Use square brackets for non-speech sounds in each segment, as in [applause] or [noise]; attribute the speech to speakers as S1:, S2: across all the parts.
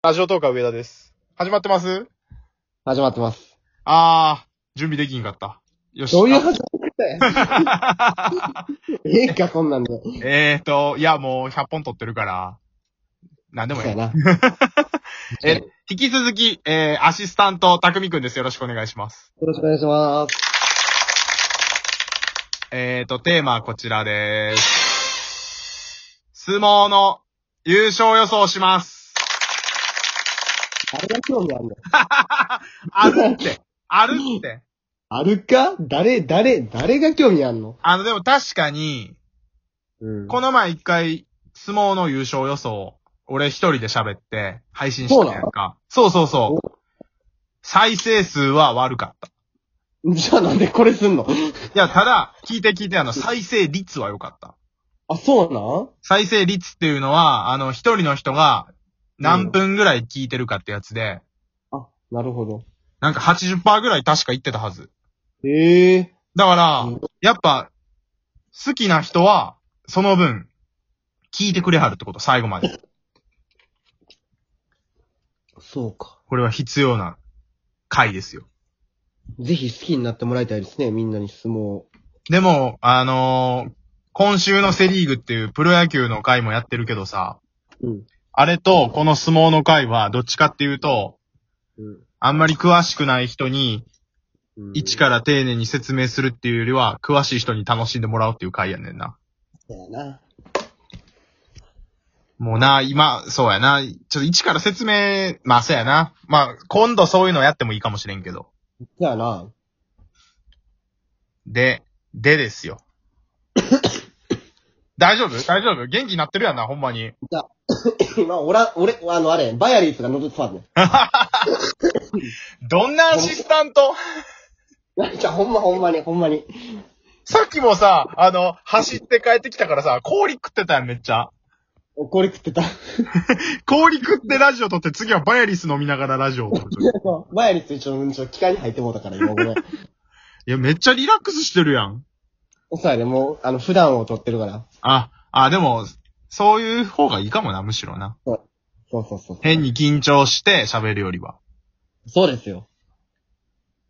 S1: ラジオトーカー上田です。始まってます
S2: 始まってます。
S1: あー、準備できんかった。よし。
S2: どういう始 [laughs] まり方やええか、そんなんで。
S1: えーと、いやもう100本撮ってるから、なんでも
S2: そう
S1: い
S2: や
S1: い。
S2: [laughs] な。
S1: え
S2: よ
S1: 引き続き、えー、アシスタント、たくみくんです。よろしくお願いします。
S2: ろしくお願いします。
S1: えーと、テーマはこちらでーす。相撲の優勝予想します。
S2: 誰が興味あるの
S1: あるって。あるって。
S2: あるか誰、誰、誰が興味あるの
S1: あの、でも確かに、
S2: うん
S1: この前一回、相撲の優勝予想、俺一人で喋って、配信し
S2: そう
S1: た
S2: なの
S1: やんか。そうそうそう。再生数は悪かった。
S2: じゃあなんでこれすんの
S1: いや、ただ、聞いて聞いて、あの、再生率は良かった。
S2: あ、そうなん
S1: 再生率っていうのは、あの、一人の人が、何分ぐらい聞いてるかってやつで、
S2: あ、なるほど。
S1: なんか80%ぐらい確か言ってたはず。
S2: ええ
S1: だか
S2: うん
S1: ら、やっぱ、好きな人は、その分、聞いてくれはるってこと、最後まで。
S2: そうか。
S1: これは必要な回ですよ。
S2: ぜひ好きになってもらいたいですね、みんなに相撲を。
S1: でも、あのー今週のセリーグっていうプロ野球の回もやってるけどさ、
S2: うん。
S1: あれとこの相撲の回はどっちかっていうと、
S2: うん
S1: あんまり詳しくない人に、
S2: うん。
S1: 一から丁寧に説明するっていうよりは、詳しい人に楽しんでもらおうっていう回やねんな。
S2: そうやな。
S1: もうな、今、そうやな。ちょっと一から説明、まあそうやな。まあ、今度そういうのやってもいいかもしれんけど。
S2: そうやな。 [laughs]
S1: で、でですよ。大丈夫大丈夫元気になってるやんな、ほんまに。
S2: 今、おら、俺、あの、あれ、バイアリーズが覗いてたね。
S1: どんなアシスタント
S2: じゃあ、ほんまほんまに、ほんまに。
S1: さっきもさ、あの、走って帰ってきたからさ、氷食ってたやん、めっちゃ。
S2: 怒り食ってた。
S1: 氷食ってラジオ撮って、次はバヤリス飲みながらラジオを撮るという。
S2: そうバイアリーズと一緒のうんちょ、機械に入ってもうたから、今ご [laughs] めん。
S1: いや、めっちゃリラックスしてるやん。
S2: そうやね、もう、あの、普段を撮ってるから。
S1: あ、あ、でも、そういう方がいいかもな、むしろな。
S2: そうそうそう。
S1: 変に緊張して喋るよりは。
S2: そうですよ。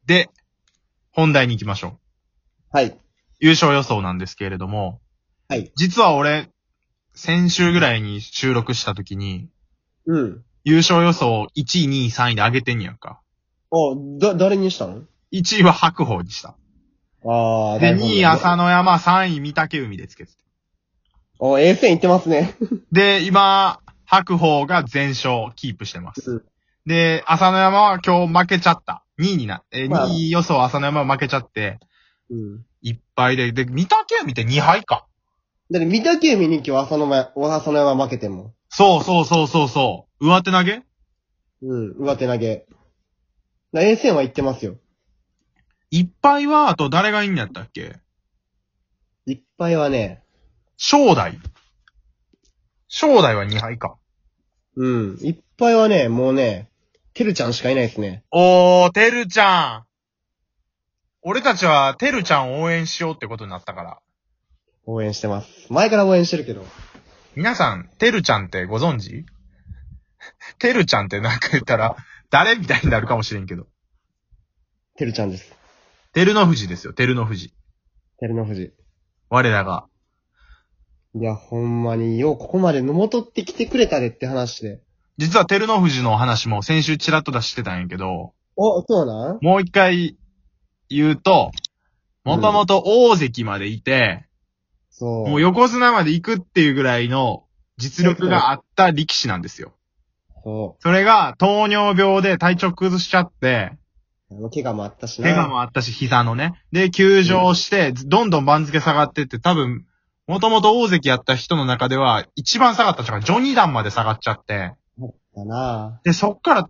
S1: で、本題に行きましょう。
S2: はい。
S1: 優勝予想なんですけれども、
S2: はい。
S1: 実は俺、先週ぐらいに収録した時に、
S2: うん。
S1: 優勝予想を1位、2位、3位で上げてんやんか。
S2: お、だ、誰にしたの
S1: 1位は白鵬にした。
S2: あー、
S1: で、
S2: 大本命
S1: 2位朝野山、3位御嶽海でつけてて。
S2: お、A 線いってますね。
S1: で、今、白鵬が全勝キープしてます。で、朝野山は今日負けちゃった。2位にな、えー、
S2: まあ
S1: 2位予想朝野山は負けちゃって、
S2: うん。
S1: いっぱいで、で、御嶽海って2敗か。
S2: だって、御嶽海に今日朝の前、お朝の山負けてんも
S1: そうそうそうそうそう。上手投げ
S2: ん。うん。上手投げ。だ A 線はいってますよ。
S1: いっぱいは、あと誰がいいんやったっけ
S2: いっぱいはね、
S1: 正代。正代は2敗か。
S2: うん。いっぱいはね、もうね、てるちゃんしかいないですね。
S1: おー、てるちゃん。俺たちは、てるちゃんを応援しようってことになったから。
S2: 応援してます。前から応援してるけど。
S1: 皆さん、てるちゃんってご存知 [laughs] てるちゃんってなんか言ったら、誰みたいになるかもしれんけど。
S2: てるちゃんです。
S1: 照ノ富士ですよ、照ノ富士。
S2: 照ノ富士。
S1: 我らが。
S2: いや、ほんまに、ようここまでのもとってきてくれたでって話で。
S1: 実は照ノ富士の話も先週チラッと出してたんやけど、
S2: お、そうなん
S1: もう一回言うと、もともと大関までいて、
S2: そう。
S1: もう横綱まで行くっていうぐらいの実力があった力士なんですよ。
S2: そ
S1: それが糖尿病で体調崩しちゃって、
S2: う。あの怪我もあったしな。
S1: 怪我もあったし、膝のね。で、休場して、どんどん番付下がってって、多分、もともと大関やった人の中では、一番下がった人がジョニーダンまで下がっちゃって、
S2: だな
S1: で、そっから、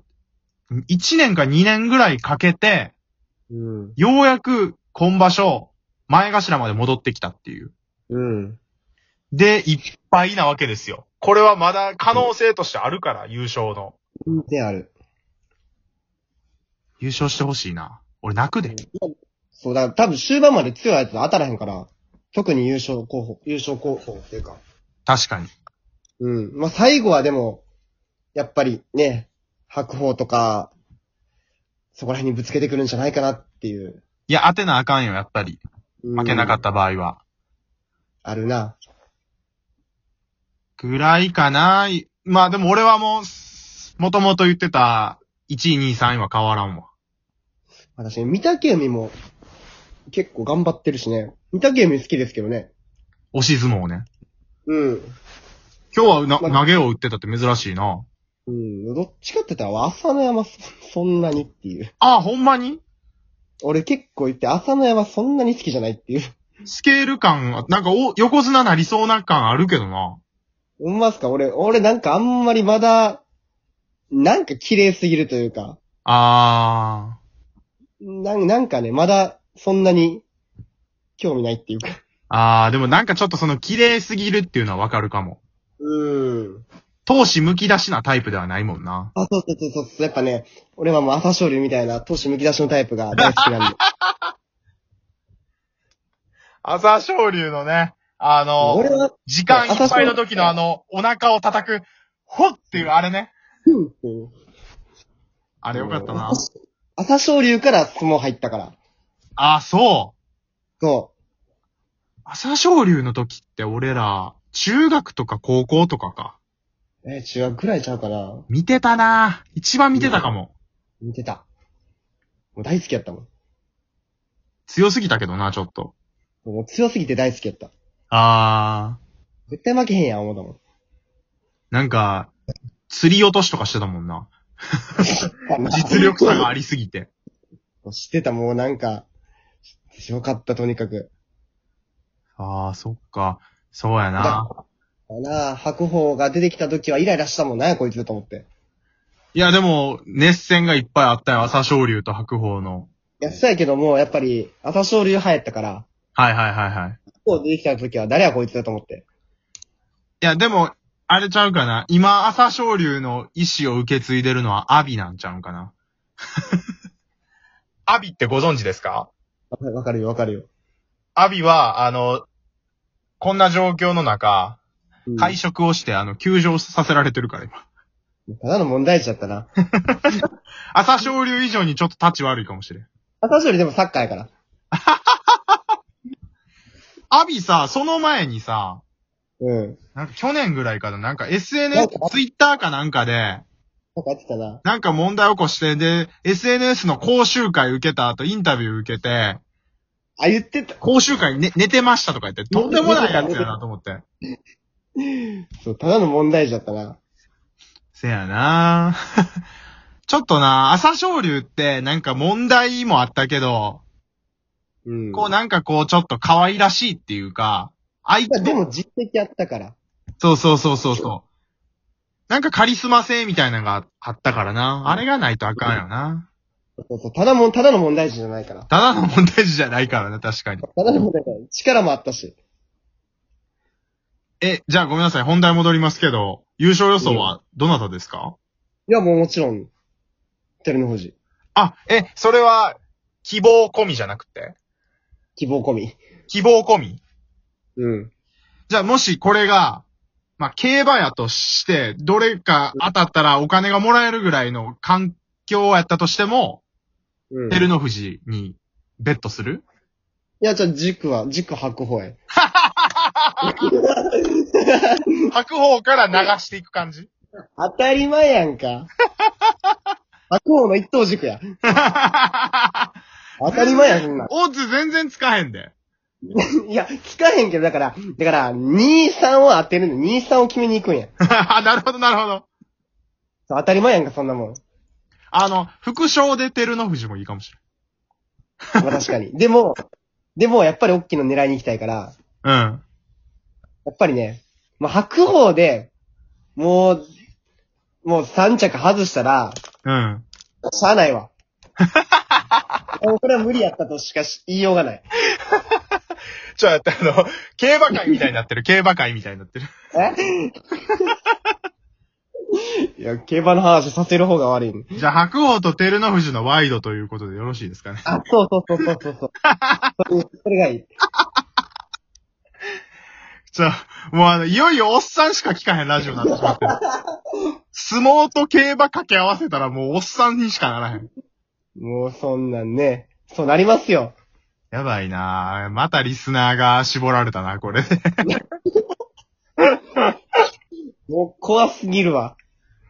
S1: 1年か2年ぐらいかけて、
S2: うん。
S1: ようやく今場所、前頭まで戻ってきたっていう。
S2: うん。
S1: で、いっぱいなわけですよ。これはまだ可能性としてあるから、優勝の。
S2: 全然ある。
S1: 優勝してほしいな。俺泣くで。
S2: そうだ、多分終盤まで強いやつ当たらへんから、特に優勝候補、優勝候補っていうか。
S1: 確かに。
S2: うん。まあ、最後はでも、やっぱりね、白鵬とか、そこら辺にぶつけてくるんじゃないかなっていう。
S1: いや、当てなあかんよ、やっぱり。負
S2: 負。
S1: けなかったた場合は。
S2: あるな。
S1: ぐらいかな。まあでも俺はもう、もともと言ってた、1位、2位、3位は変わらんわ。
S2: 私、御嶽海も、結構頑張ってるしね。御嶽海好きですけどね。
S1: 押し相撲ね。
S2: うん。
S1: 今日はな、
S2: まあ
S1: 投げを打ってたって珍しいな。
S2: うん。どっちかって言ったら、朝の山そ、そんなにっていう。
S1: ああ、ほんまに
S2: 俺結構言って、朝の山そんなに好きじゃないっていう。
S1: スケール感、なんかお、横綱なりそうな感あるけどな。
S2: 思いますか俺、俺なんかあんまりまだ、なんか綺麗すぎるというか、
S1: あ
S2: なんなんかね、まだそんなに興味ないっていうか。
S1: ー。あー、でもなんかちょっとその綺麗すぎるっていうのはわかるかも。
S2: うん。
S1: 闘志むき出しなタイプではないもんな。
S2: あ、そうそうそうそうそう。やっぱね、俺はもう朝青龍みたいな、闘志むき出しのタイプが大好き [laughs] なんで。
S1: 朝青龍のね、あ
S2: 俺は、
S1: 時
S2: 間いっぱいの
S1: 時のあの、お腹を叩く、ほっていうあれね。
S2: うんうん
S1: あれよかったな。
S2: 朝朝青龍から相撲入ったから。
S1: あ、そう。
S2: そ
S1: 朝青龍の時って俺ら、中学とか高校とかか。
S2: う。えー、中学くらいちゃうかな。
S1: 見てたな一番見てたかも。
S2: 見てた。もう大好きやったもん。
S1: 強すぎたけどな、ちょっと。
S2: もう強すぎて大好きやった。
S1: あー。
S2: 絶対負けへんやん、思うたもん。
S1: なんか、釣り落としとかしてたもんな。実力差がありすぎて。
S2: 知ってた、もうなんか、強かった、とにかく。
S1: あー、そっか。そうやな。
S2: だなあ、白鵬が出てきた時はイライラしたもんなんや、こいつと思って。
S1: いや、でも、熱戦がいっぱいあったよ。朝青龍と白鵬の。
S2: いや、そうやけども、やっぱり、朝青龍流行ったから、
S1: はいはいはいはい。
S2: 白鵬出てきた時は誰や、こいつだと思って。
S1: いや、でも、あれちゃうかな。今、朝青龍の意思を受け継いでるのはアビなんちゃうかな。 [laughs] アビってご存知ですか
S2: わかわかるよ、わかるよ。
S1: アビは、あの、こんな状況の中、
S2: うん
S1: 会食をして、あの、休場させられてるから今。
S2: ただの問題児だったな。
S1: 朝青龍以上にちょっと立ち悪いかもしれん。
S2: 朝青龍でもサッカーやから。
S1: アビさ、その前にさ、
S2: うん。
S1: なんか去年ぐらいかな、なんか
S2: なん
S1: SNS
S2: か、
S1: ツイッターかなんかで、
S2: なんかやってたな。
S1: なんか問題起こして、で、SNS の講習会受けた後、インタビュー受けて、
S2: あ、言ってた。
S1: 講習会、ね、寝てましたとか言って、とんでもないやつやなと思って。
S2: そう、ただの問題児だったな。
S1: せやな [laughs] ちょっとな、朝青龍ってなんか問題もあったけど、
S2: うん。
S1: こうなんかこうちょっと可愛らしいっていうか、相
S2: まあ
S1: 手
S2: でも実績あったから。
S1: そうそうそうそうそう。なんかカリスマ性みたいなのがあったからな。あれがないとあかんよな。
S2: そうそう、ただもん、ただの問題児じゃないから。
S1: ただの問題児じゃないからな、確かに。
S2: ただの問題児。力もあったし。
S1: え、じゃあごめんなさい、本題戻りますけど、優勝予想はどなたですか
S2: いや、もうもちろん、照ノ富士。
S1: あ、え、それは、希望込みじゃなくて
S2: 希望込み。
S1: 希望込み
S2: うん。
S1: じゃあもしこれが、まあ、競馬やとして、どれか当たったらお金がもらえるぐらいの環境やったとしても、
S2: うん。
S1: 照
S2: い
S1: ノ富士にベットする
S2: や、じゃあ、軸は、軸白鵬へ。
S1: 白鵬から流していく感じ
S2: 当たり前やんか。 [laughs] 白鵬の一等軸や。当たり前やん、そんなん。
S1: [laughs] オッズ全然つかへんで。
S2: [laughs]
S1: [laughs]
S2: いや、つかへんけど、だから、だから、2、3を当てるの、2、3を決めに行くんや。
S1: なるほど、なるほど。
S2: そう当たり前やんか、そんなもん。
S1: あの、副賞で照ノ富士もいいかもし
S2: まあ確かに。でも、でも、やっぱり大きいの狙いに行きたいから、
S1: れん。うん。
S2: やっぱりね、まあ、白鵬で、もう、もう3着外したら、
S1: うん。
S2: しゃあないわ。もうこれは無理やったとしかし言いようがない。
S1: ちょ、だってあの、競馬会みたいになってる、競馬会みたいになってる。
S2: え [laughs] いや、競馬の話させる方が悪い。
S1: じゃあ、白鵬と照ノ富士のワイドということでよろしいですかね。
S2: あ、そうそうそうそうそうそう。それそれがいい。
S1: じゃあ、もうあの、いよいよおっさんしか聞かへんラジオになってしまってる。相撲と競馬掛け合わせたらもうおっさんにしかならへん。
S2: もうそんなんね。そうなりますよ。
S1: やばいなぁ。またリスナーが絞られたな、これ。
S2: もう怖すぎるわ。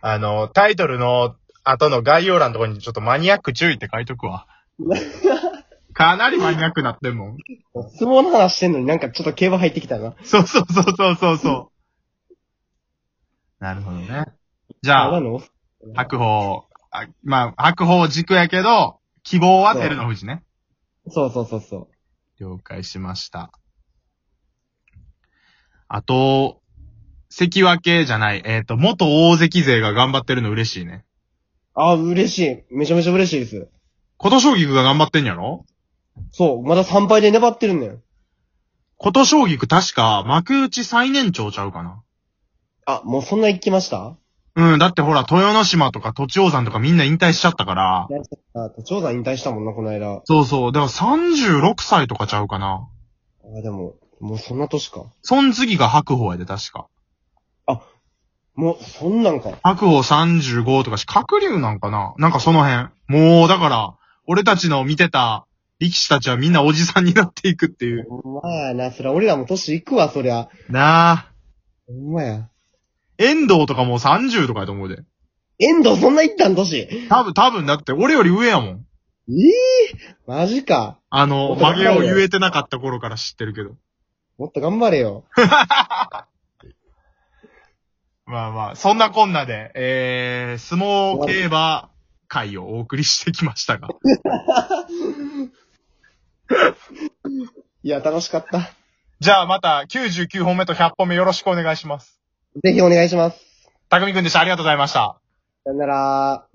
S1: あの、タイトルの後の概要欄のところにちょっとマニアック注意って書いとくわ。かなりマニアックなってんもん。
S2: 相撲の話してんのになんかちょっと競馬入ってきたな。
S1: そうそうそうそうそうそう。なるほどね。じゃ
S2: 馬
S1: あ、
S2: の
S1: 白鵬、あまあ、白鵬軸やけど、希望は照ノ富士ね。
S2: そうそうそうそ
S1: 了解しました。あと、関脇じゃない、えっ、と、元大関勢が頑張ってるの嬉しいね。
S2: う。あ、嬉しい。めちゃめちゃ嬉しいです。
S1: 琴将棋が頑張ってんやろ
S2: そう、まだ3敗で粘ってるんだよ。
S1: 琴将棋確か幕内最年長ちゃうかな。
S2: あ、もうそんな行きました
S1: うん、だってほら、豊ノ島とか栃王山とかみんな引退しちゃったから。
S2: あ、都庁団引退したもんな、この間。
S1: そうそう。だから36歳とかちゃうかな。
S2: あ、でも、もうそんな年か。
S1: そん次が白鵬やで、確か。
S2: もう、そんなんか。
S1: 白鵬35とかし、鶴竜なんかななんかその辺。もう、だから、俺たちの見てた力士たちはみんなおじさんになっていくっていう。
S2: ほんまやな、そりゃ俺らも年行くわ、そりゃ。
S1: なあ。
S2: ほんまや。
S1: 遠藤とかもう30とかやと思うで。
S2: 遠藤そんな行ったん年え
S1: 多分、多分、だって俺より上やもん。
S2: えマジか。
S1: あの、
S2: 男
S1: 曲
S2: 前
S1: げ
S2: や
S1: を言えてなかった頃から知ってるけど。
S2: もっと頑張れよ。
S1: まあまあ、そんなこんなで、えー、相撲競馬会をお送りしてきましたが。
S2: いや、楽しかった。
S1: じゃあまた99本目と100本目よろしくお願いします。
S2: ぜひお願いします。
S1: 匠くんでした。ありがとうございました。
S2: さよなら。